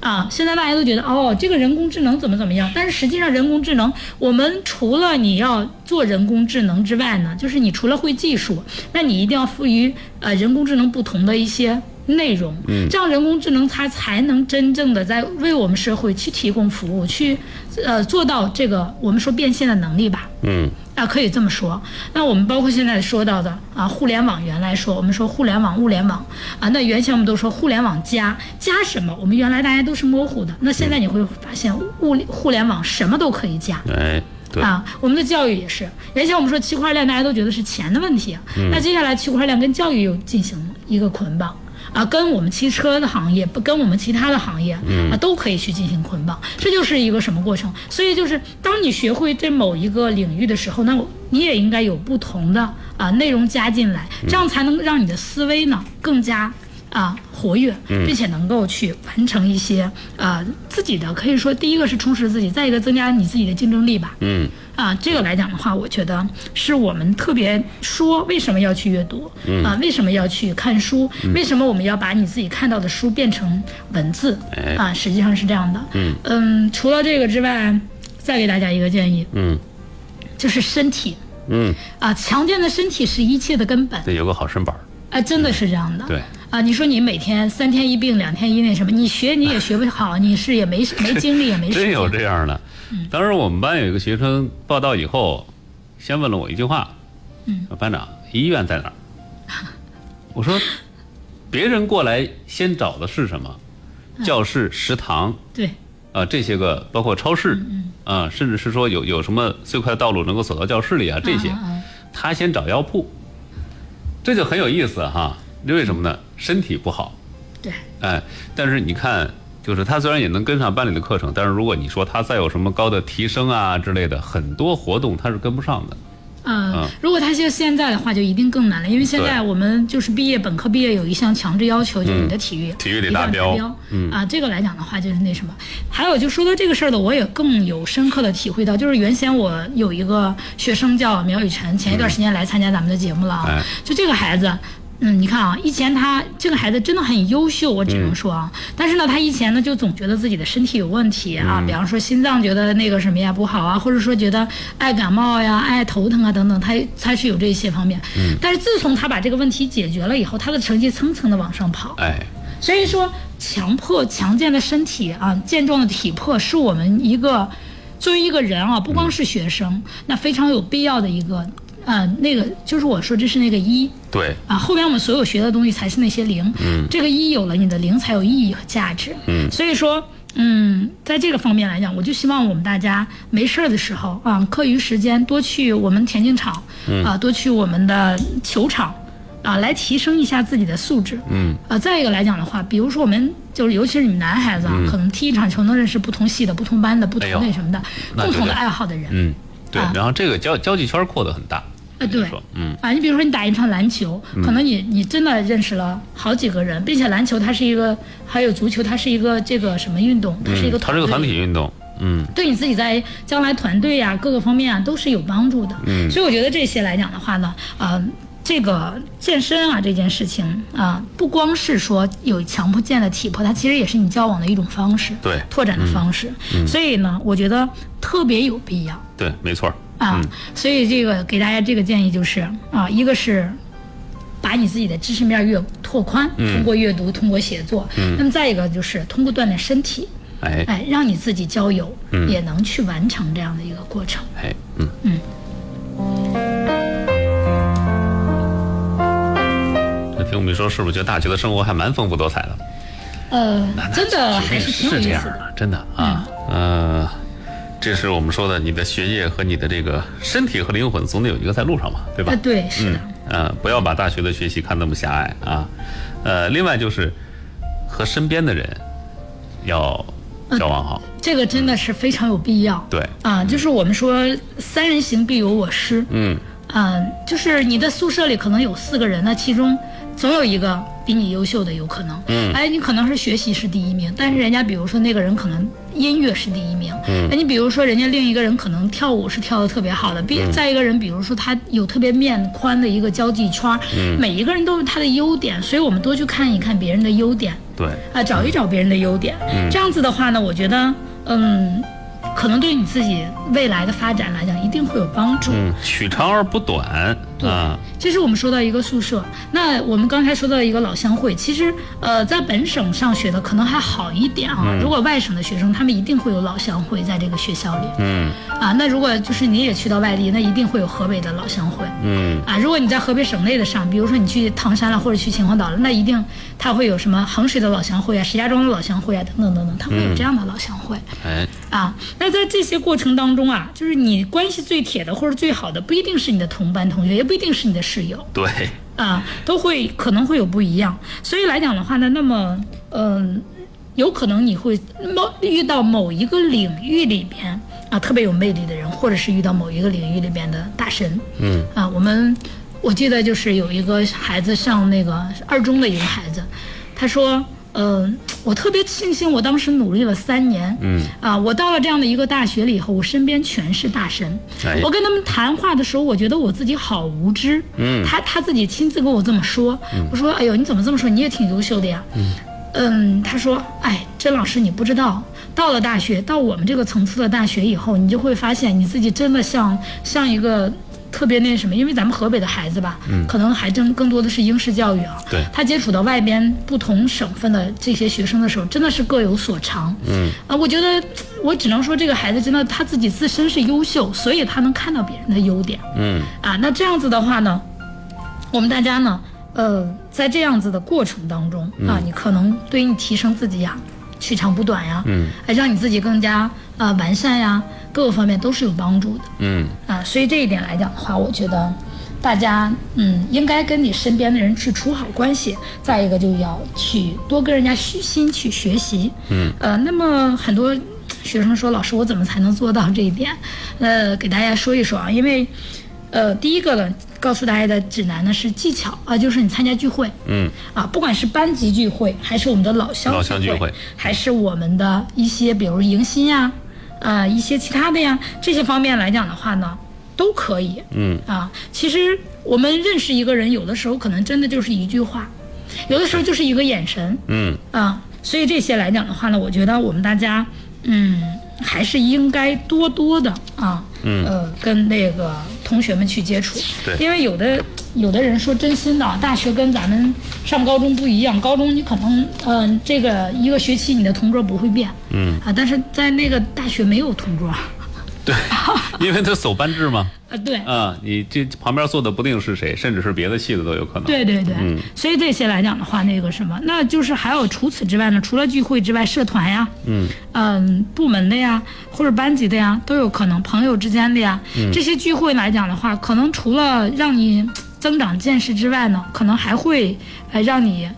啊，现在大家都觉得哦，这个人工智能怎么怎么样，但是实际上人工智能，我们除了你要做人工智能之外呢，就是你除了会技术，那你一定要赋予呃人工智能不同的一些内容，嗯，这样人工智能它才能真正的在为我们社会去提供服务，去呃做到这个我们说变现的能力吧，嗯，啊，可以这么说。那我们包括现在说到的啊，互联网原来说，我们说互联网、物联网啊，那原先我们都说互联网加加什么？我们原来大家都是模糊的，那现在你会发现物互联网什么都可以加。哎，对，啊，我们的教育也是，原先我们说区块链，大家都觉得是钱的问题，啊那接下来区块链跟教育又进行一个捆绑。啊，跟我们汽车的行业，不跟我们其他的行业、啊，都可以去进行捆绑，这就是一个什么过程？所以就是，当你学会这某一个领域的时候，那我你也应该有不同的啊内容加进来，这样才能让你的思维呢更加啊活跃，并且能够去完成一些啊自己的，可以说第一个是充实自己，再一个增加你自己的竞争力吧。嗯，啊，这个来讲的话，我觉得是我们特别说为什么要去阅读，嗯啊，为什么要去看书，为什么我们要把你自己看到的书变成文字，哎啊，实际上是这样的。嗯除了这个之外，再给大家一个建议，嗯就是身体，嗯，啊，强健的身体是一切的根本。得有个好身板儿。啊，真的是这样的。对。啊，你说你每天三天一病，两天一那什么，你学你也学不好，你是 也没没精力，也没时真间。有这样的。当时我们班有一个学生报到以后，先问了我一句话，嗯，班长，医院在哪儿？我说，别人过来先找的是什么？教室、食堂对，啊、这些个，包括超市，啊、甚至是说有有什么最快道路能够走到教室里啊，这些，嗯嗯嗯他先找药铺，这就很有意思哈。因为什么呢？身体不好，对，哎，但是你看，就是他虽然也能跟上班里的课程，但是如果你说他再有什么高的提升啊之类的，很多活动他是跟不上的。嗯嗯，如果他就现在的话，就一定更难了，因为现对在嗯我们就是毕业本科毕业有一项强制要求，就是你的体育体育一得定要达达标嗯啊，这个来讲的话就是那什么。还有就说到这个事儿的，我也更有深刻的体会到，就是原先我有一个学生叫苗雨辰，前一段时间来参加咱们的节目了啊，哎就这个孩子。嗯，你看啊，以前他这个孩子真的很优秀，我只能说啊。但是呢，他以前呢就总觉得自己的身体有问题啊，比方说心脏觉得那个什么呀不好啊，或者说觉得爱感冒呀、爱头疼啊等等，他他是有这些方面。嗯、但是自从他把这个问题解决了以后，他的成绩蹭蹭的往上跑。哎，所以说，强迫强健的身体啊，健壮的体魄，是我们一个作为一个人啊，不光是学生，那非常有必要的一个，呃，那个就是我说这是那个一。对，啊，后边我们所有学的东西才是那些零，嗯这个一有了，你的零才有意义和价值，嗯，所以说，嗯，在这个方面来讲，我就希望我们大家没事儿的时候啊，课余时间多去我们田径场，嗯啊，多去我们的球场，啊，来提升一下自己的素质，嗯，呃，再一个来讲的话，比如说我们就是尤其是你们男孩子啊，可能踢一场球能认识不同系的、不同班的、不同嗯哎呦那什么的，那共绝同的对爱好的人，嗯，对。啊然后这个交交际圈扩得很大。啊，跟你对说，嗯，啊，你比如说你打一场篮球，可能你你真的认识了好几个人，并且篮球它是一个，还有足球它是一个这个什么运动，它是一个嗯，它是个团队体运动。嗯，对你自己在将来团队呀、各个方面啊都是有帮助的。嗯，所以我觉得这些来讲的话呢，呃，这个健身啊这件事情啊、不光是说有强迫健的体魄，它其实也是你交往的一种方式，对嗯拓展的方式。所以呢，我觉得特别有必要。对，没错儿。啊，所以这个给大家这个建议就是啊，一个是把你自己的知识面越拓宽，嗯通过阅读，通过写作，那么再一个就是通过锻炼身体，哎嗯哎，让你自己交友、也能去完成这样的一个过程。哎，嗯。嗯这听我们说，是不是觉得大学的生活还蛮丰富多彩的？呃，真学的还业是挺有这意样思的。嗯的，真的啊，呃，这是我们说的，你的学业和你的这个身体和灵魂，总得有一个在路上嘛，对吧啊，？对，是嗯的，，呃，不要把大学的学习看那么狭隘啊，呃，另外就是和身边的人要嗯交往好，这个真的是非常有必要。对，啊，就是我们说三人行必有我师，嗯，嗯，就是你的宿舍里可能有四个人，那其中总有一个比你优秀的，有可能。嗯，哎，你可能是学习是第一名，但是人家比如说那个人可能音乐是第一名，嗯，哎，你比如说人家另一个人可能跳舞是跳的特别好的，比、再一个人比如说他有特别面宽的一个交际圈儿，每一个人都有他的优点，所以我们多去看一看别人的优点，对，啊，找一找别人的优点。这样子的话呢，我觉得，嗯，可能对你自己未来的发展来讲，一定会有帮助。嗯，取长而不短啊，这是我们说到一个宿舍，那我们刚才说到一个老乡会，其实呃，在本省上学的可能还好一点啊。嗯如果外省的学生，他们一定会有老乡会在这个学校里。嗯啊，那如果就是你也去到外地，那一定会有河北的老乡会。嗯，啊，如果你在河北省内的上，比如说你去唐山了啊或者去秦皇岛了，那一定它会有什么衡水的老乡会啊、石家庄的老乡会啊等等等等，它会嗯有这样的老乡会、哎，啊。那在这些过程当中啊，就是你关系最铁的或者最好的，不一定是你的同班同学，也不一定是你的室友对，啊，都会可能会有不一样。所以来讲的话呢，那么嗯、有可能你会某遇到某一个领域里边啊特别有魅力的人，或者是遇到某一个领域里边的大神。嗯啊，我们我记得就是有一个孩子上那个二中的一个孩子，他说，嗯、我特别庆幸我当时努力了三年，嗯，啊，我到了这样的一个大学了以后，我身边全是大神，哎我跟他们谈话的时候，我觉得我自己好无知，嗯他他自己亲自跟我这么说，我说，哎呦，你怎么这么说？你也挺优秀的呀，嗯。他说：“哎，甄老师，你不知道，到了大学，到我们这个层次的大学以后，你就会发现你自己真的像像一个特别那什么，因为咱们河北的孩子吧，可能还真更多的是应试教育啊。对他接触到外边不同省份的这些学生的时候，真的是各有所长。嗯，啊，我觉得我只能说这个孩子真的他自己自身是优秀，所以他能看到别人的优点。嗯，啊，那这样子的话呢，我们大家呢，呃，在这样子的过程当中啊，你可能对于你提升自己呀、取长补短呀，嗯，让你自己更加呃完善呀，各个方面都是有帮助的。嗯，啊，所以这一点来讲的话，我觉得大家嗯应该跟你身边的人去处好关系。再一个就要去多跟人家虚心去学习。嗯，呃，那么很多学生说，老师我怎么才能做到这一点？呃，给大家说一说啊，因为呃第一个呢，告诉大家的指南呢是技巧啊、就是你参加聚会，嗯，啊，不管是班级聚会，还是我们的老乡老乡聚会还是我们的一些，比如迎新呀，呃，一些其他的呀，这些方面来讲的话呢，都可以。嗯啊，其实我们认识一个人，有的时候可能真的就是一句话，有的时候就是一个眼神。嗯啊，所以这些来讲的话呢，我觉得我们大家，嗯，还是应该多多的啊，嗯，呃，跟那个同学们去接触，对因为有的有的人说真心的啊，大学跟咱们上高中不一样，高中你可能，嗯、这个一个学期你的同桌不会变，嗯，啊，但是在那个大学没有同桌，啊， 对，因为他走班制嘛，对，啊，你这旁边坐的不定是谁，甚至是别的系的都有可能。对对对，所以这些来讲的话，那个什么，那就是还有除此之外呢，除了聚会之外，社团呀，嗯部门的呀，或者班级的呀，都有可能，朋友之间的呀，这些聚会来讲的话，可能除了让你增长见识之外呢，可能还会呃让你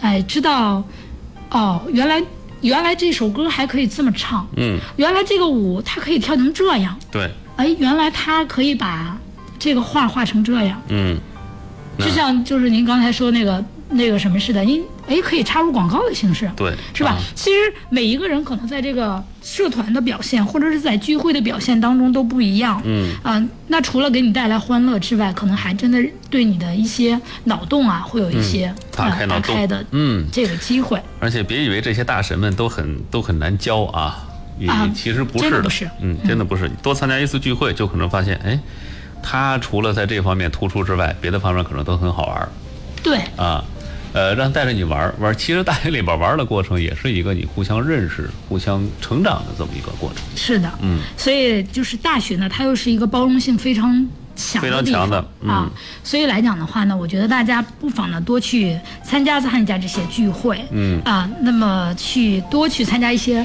哎知道哦，原来原来这首歌还可以这么唱，嗯，原来这个舞它可以跳成这样，对，哎，原来它可以把这个画画成这样。嗯，就像就是您刚才说那个那个什么似的，您哎可以插入广告的形式，对，是吧？啊其实每一个人可能在这个社团的表现，或者是在聚会的表现当中都不一样。嗯，啊、那除了给你带来欢乐之外，可能还真的对你的一些脑洞啊，会有一些、嗯打啊开脑打洞开的嗯，这个机会。而且别以为这些大神们都很都很难教啊，也啊其实不真是的的，不是嗯，真的不是。你多参加一次聚会，就可能发现，哎，他除了在这方面突出之外，别的方面可能都很好玩儿对，啊。呃，让带着你玩儿玩儿，其实大学里边玩儿的过程也是一个你互相认识、互相成长的这么一个过程，是的，嗯，所以就是大学呢，它又是一个包容性非常强的非常地强方的嗯啊，所以来讲的话呢，我觉得大家不妨呢多去参加参加这些聚会，嗯啊，那么去多去参加一些。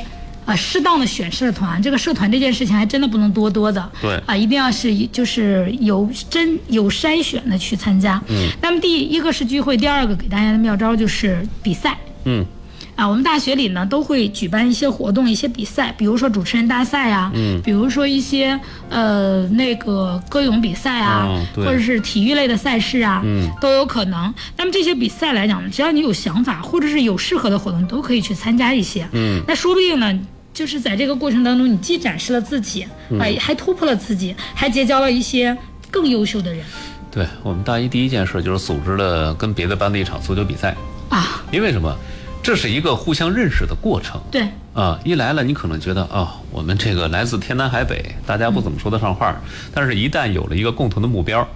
啊，适当的选社团，这个社团这件事情还真的不能多多的，对啊，一定要是就是有真有筛选的去参加。嗯，那么第一个是聚会，第二个给大家的妙招就是比赛。嗯。啊，我们大学里呢都会举办一些活动、一些比赛，比如说主持人大赛啊，嗯，比如说一些呃那个歌咏比赛啊，哦对或者是体育类的赛事啊，嗯，都有可能。那么这些比赛来讲呢，只要你有想法或者是有适合的活动，你都可以去参加一些，嗯，那说不定呢。就是在这个过程当中，你既展示了自己，哎、还突破了自己，还结交了一些更优秀的人对我们大一第一件事就是组织了跟别的班的一场足球比赛，啊！因为什么？这是一个互相认识的过程。对，啊，一来了，你可能觉得啊、我们这个来自天南海北，大嗯家不怎么说得上话儿，但是一旦有了一个共同的目标，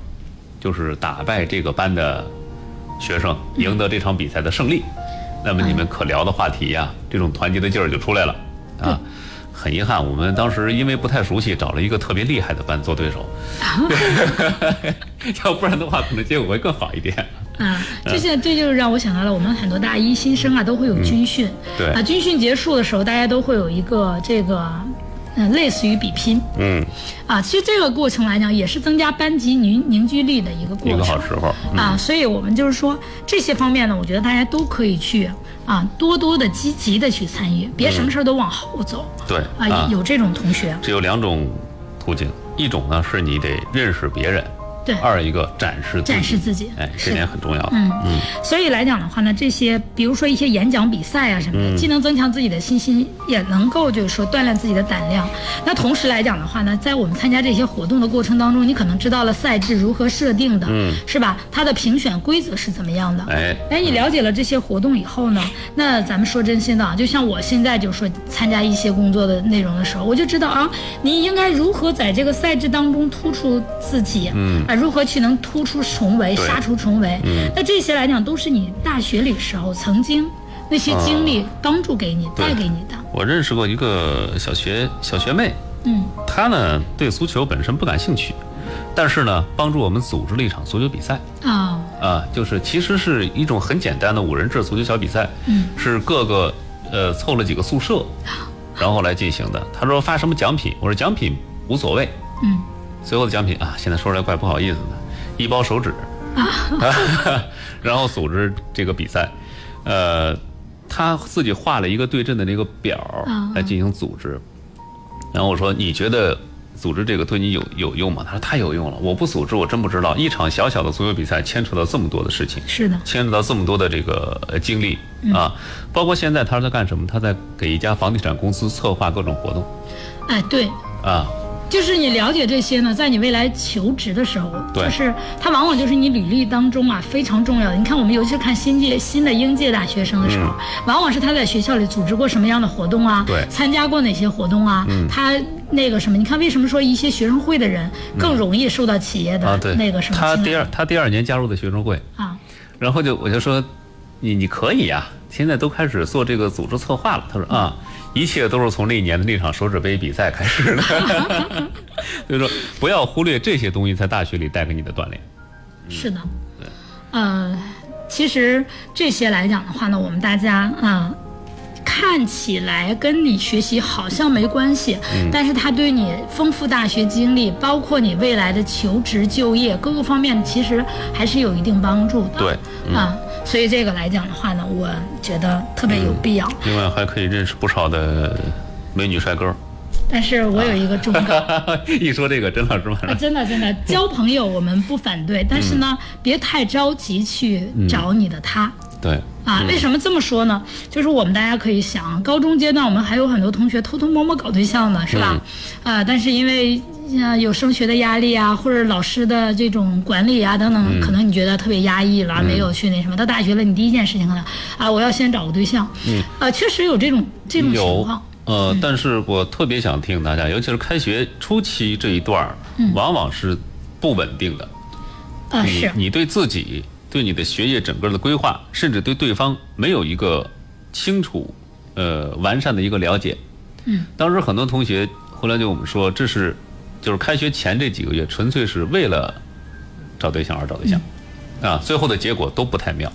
就是打败这个班的学生，赢得这场比赛的胜嗯利，那哎么你们可聊的话题呀、这种团结的劲儿就出来了啊。很遗憾，我们当时因为不太熟悉，找了一个特别厉害的班做对 手， 要不然的话，可能结果会更好一点。啊，这些这就是让我想到了我们很多大一新生啊都会有军训，嗯对啊，军训结束的时候大家都会有一个这个，嗯、类似于比拼嗯，啊，其实这个过程来讲也是增加班级凝凝聚力的一个过一程个好时候。嗯啊，所以我们就是说这些方面呢，我觉得大家都可以去啊，多多的积极的去参与，嗯别什么事儿都往后走、啊对啊啊，有这种同学，只有两种途径，一种呢是你得认识别人，对二一个展示展示自己哎，是这点很重要的。嗯所以来讲的话呢，这些比如说一些演讲比赛啊什么的，既能增强自己的信心，也能够就是说锻炼自己的胆量。那同时来讲的话呢，在我们参加这些活动的过程当中，你可能知道了赛制如何设定的，是吧？它的评选规则是怎么样的？哎哎，你了解了这些活动以后呢，那咱们说真心的啊，就像我现在就说参加一些工作的内容的时候，我就知道啊，你应该如何在这个赛制当中突出自己，嗯啊，如何去能突出重围，对杀出重围。嗯，那这些来讲都是你大学里时候曾经那些经历帮助给你、对带给你的。我认识过一个小学小学妹，嗯，她呢对足球本身不感兴趣，但是呢帮助我们组织了一场足球比赛。啊、啊，就是其实是一种很简单的五人制足球小比赛，嗯，是各个呃凑了几个宿 舍，然后来进行的。他说发什么奖品，我说奖品无所谓，嗯，最后的奖品啊，现在说出来怪不好意思的，一包手指，啊 然后组织这个比赛，呃，他自己画了一个对阵的那个表儿啊来进行组织。然后我说你觉得组织这个对你有有用吗？他说太有用了，我不组织我真不知道，一场小小的足球比赛牵扯到这么多的事情。是的，牵扯到这么多的这个呃经历啊，包括现在他是在干什么？他在给一家房地产公司策划各种活动哎，对，啊，就是你了解这些呢，在你未来求职的时候，对就是它往往就是你履历当中啊非常重要的。你看，我们尤其是看新届新的应届大学生的时候，往往是他在学校里组织过什么样的活动嗯啊，对嗯参加过哪些活动啊，他那个什么，你看为什么说一些学生会的人更容易受到企业嗯啊，的对，那个什么他青睐第二他第二年加入的学生会，啊，然后就我就说，你你可以呀、啊现在都开始做这个组织策划了。他说啊，一切都是从那一年的那场手指杯比赛开始的。所以说，不要忽略这些东西在大学里带给你的锻炼。是的，呃，其实这些来讲的话呢，我们大家啊、呃看起来跟你学习好像没关系，但是它对你丰富大学经历，包括你未来的求职、就业各个方面，其实还是有一定帮助的。对啊、所以这个来讲的话呢，我觉得特别有必要。另外还可以认识不少的美女帅哥。但是我有一个忠告。 一说这个，甄老师马啊，上真的真的，交朋友我们不反对，但是呢，别太着急去找你的他。对，啊，为什么这么说呢？就是我们大家可以想，高中阶段我们还有很多同学偷偷摸摸搞对象呢，是吧？嗯呃，但是因为呃有升学的压力啊，或者老师的这种管理啊等嗯等，可能你觉得特别压抑了，没有去那什么。到大学了，你第一件事情可能啊，我要先找个对象。嗯，呃，确实有这种这啊种情有况。呃，但是我特别想提醒大家，尤其是开学初期这一段儿，往往是不稳定的。啊，你是你对自己、对你的学业整个的规划，甚至对对方没有一个清楚、呃完善的一个了解。嗯，当时很多同学后来就我们说，这是就是开学前这几个月，纯粹是为了找对象而找对象，嗯啊，最后的结果都不太妙。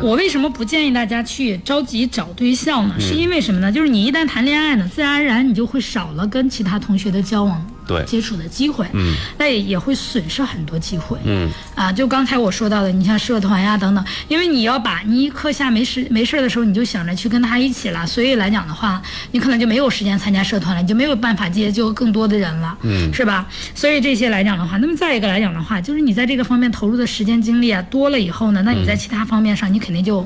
我为什么不建议大家去着急找对象嗯呢？是因为什么呢？就是你一旦谈恋爱呢，自然而然你就会少了跟其他同学的交往。对，接触的机会，嗯，那也也会损失很多机会，嗯，啊，就刚才我说到的，你像社团呀、等等，因为你要把你课下没事没事儿的时候，你就想着去跟他一起了，所以来讲的话，你可能就没有时间参加社团了，你就没有办法接就更多的人了，嗯，是吧？所以这些来讲的话，那么再一个来讲的话，就是你在这个方面投入的时间精力啊多了以后呢，那你在其他方面上你肯定就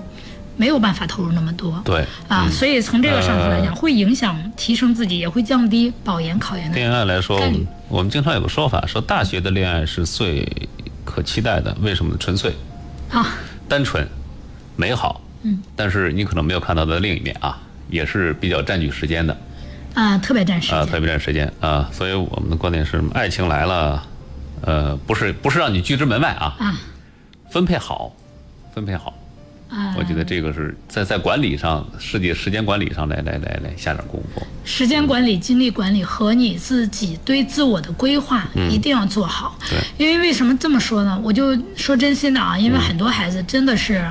没有办法投入那么多，对，啊，所以从这个上头来呃讲，会影响提升自己，也会降低保研考研的恋爱来说，我概率们我们经常有个说法，说大学的恋爱是最可期待的，为什么呢？纯粹、啊。单纯、美好。嗯，但是你可能没有看到的另一面啊，也是比较占据时间的啊，特别占时啊，间。特别占时间啊。所以我们的观点是，爱情来了，呃，不是不是让你拒之门外啊，啊分配好，分配好。啊，我觉得这个是在在管理上，世界时间管理上来来来来下点功夫。时间管理、精力管理和你自己对自我的规划一定要做好。嗯对嗯因为为什么这么说呢？我就说真心的啊，因为很多孩子真的是。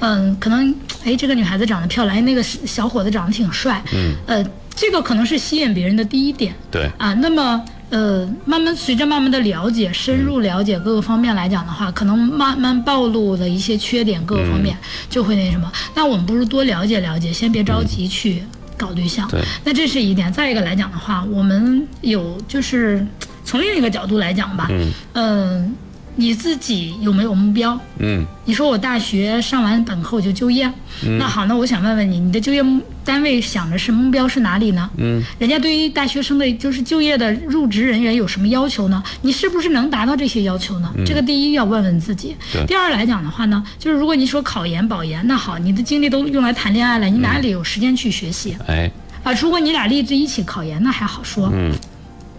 嗯，可能哎，这个女孩子长得漂亮，哎，那个小伙子长得挺帅，嗯，呃，这个可能是吸引别人的第一点，对，啊，那么呃，慢慢随着慢慢的了解、深入了解各个方面来讲的话，可能慢慢暴露了一些缺点，各个方嗯面就会那什么。那我们不如多了解了解，先别着急去搞对象。对那这是一点。再一个来讲的话，我们有就是从另一个角度来讲吧，嗯、你自己有没有目标？嗯你说我大学上完本科我就就业，那好，那我想问问你，你的就业目单位想的是目标是哪里呢？嗯，人家对于大学生的就是就业的入职人员有什么要求呢？你是不是能达到这些要求呢？这个第一要问问自己对。第二来讲的话呢，就是如果你说考研保研，那好，你的精力都用来谈恋爱了，你哪里有时间去学习？哎，啊，如果你俩立志一起考研，那还好说。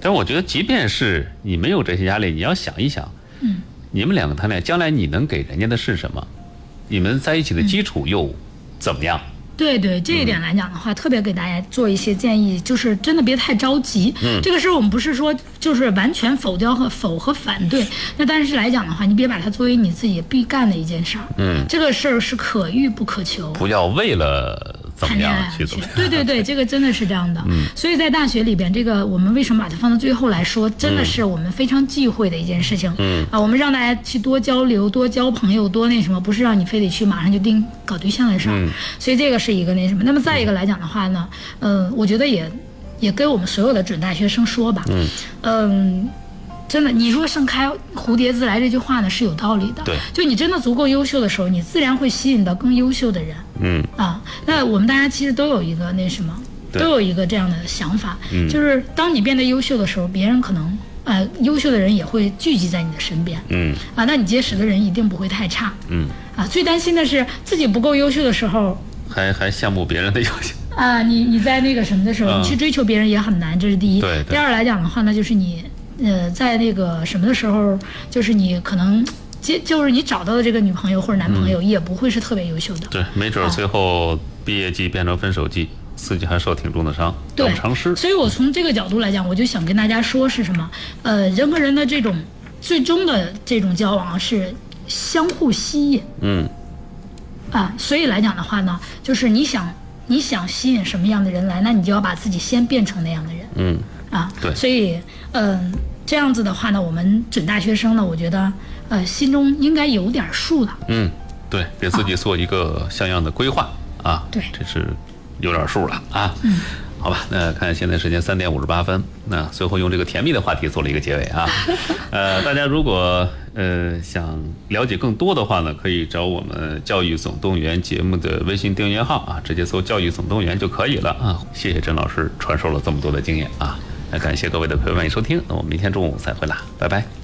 但我觉得即便是你没有这些压力，你要想一想，嗯，你们两个谈恋爱，将来你能给人家的是什么？你们在一嗯起的基础又怎么样？对对，这一点来讲的话，特别给大家做一些建议，就是真的别太着急。嗯，这个事儿我们不是说就是完全否掉和否和反对，那但是来讲的话，你别把它作为你自己必干的一件事儿。嗯，这个事儿是可遇不可求。不要为了怎么谈恋样爱啊去怎么样。 嗯对 对对，这个真的是这样的。所以在大学里边，这个我们为什么把它放到最后来说，真的是我们非常忌讳的一件事情。嗯啊，我们让大家去多交流、多交朋友、多那什么，不是让你非得去马上就定搞对象的事儿。嗯所以这个是一个那什么。那么再一个来讲的话呢，呃，我觉得也也跟我们所有的准大学生说吧。嗯。真的，你若盛开，蝴蝶自来这句话呢是有道理的。对就你真的足够优秀的时候，你自然会吸引到更优秀的人。嗯，啊，那我们大家其实都有一个那什么，对嗯都有一个这样的想法，就是当你变得优秀的时候，别人可能呃，优秀的人也会聚集在你的身边，嗯啊，那你结识的人一定不会太差，嗯，啊，最担心的是自己不够优秀的时候。还还羡慕别人的优秀。啊，你你在那个什么的时候，嗯你去追求别人也很难，这是第一。对对第二来讲的话呢，就是你呃，在那个什么的时候，就是你可能接，就是你找到的这个女朋友或者男朋嗯友，也不会是特别优秀的。对，没哦准儿最后毕业季变成分手季，自己还受挺重的伤，得对不偿失。所以我从这个角度来讲，我就想跟大家说是什么？呃，人和人的这种最终的这种交往啊是相互吸引嗯，啊，所以来讲的话呢，就是你想你想吸引什么样的人来，那你就要把自己先变成那样的人。嗯，啊，对所以嗯、这样子的话呢，我们准大学生呢，我觉得呃心中应该有点数了。嗯，对，给自己做一个像样的规划啊。对这是有点数了啊。嗯，好吧，那看现在时间三点五十八分，那最后用这个甜蜜的话题做了一个结尾啊。 呃，大家如果呃想了解更多的话呢，可以找我们《教育总动员》节目的微信订阅号啊，直接搜“教育总动员”就可以了啊。谢谢甄老师传授了这么多的经验啊，那感谢各位的陪伴与收听，那我们明天中午再会啦，拜拜。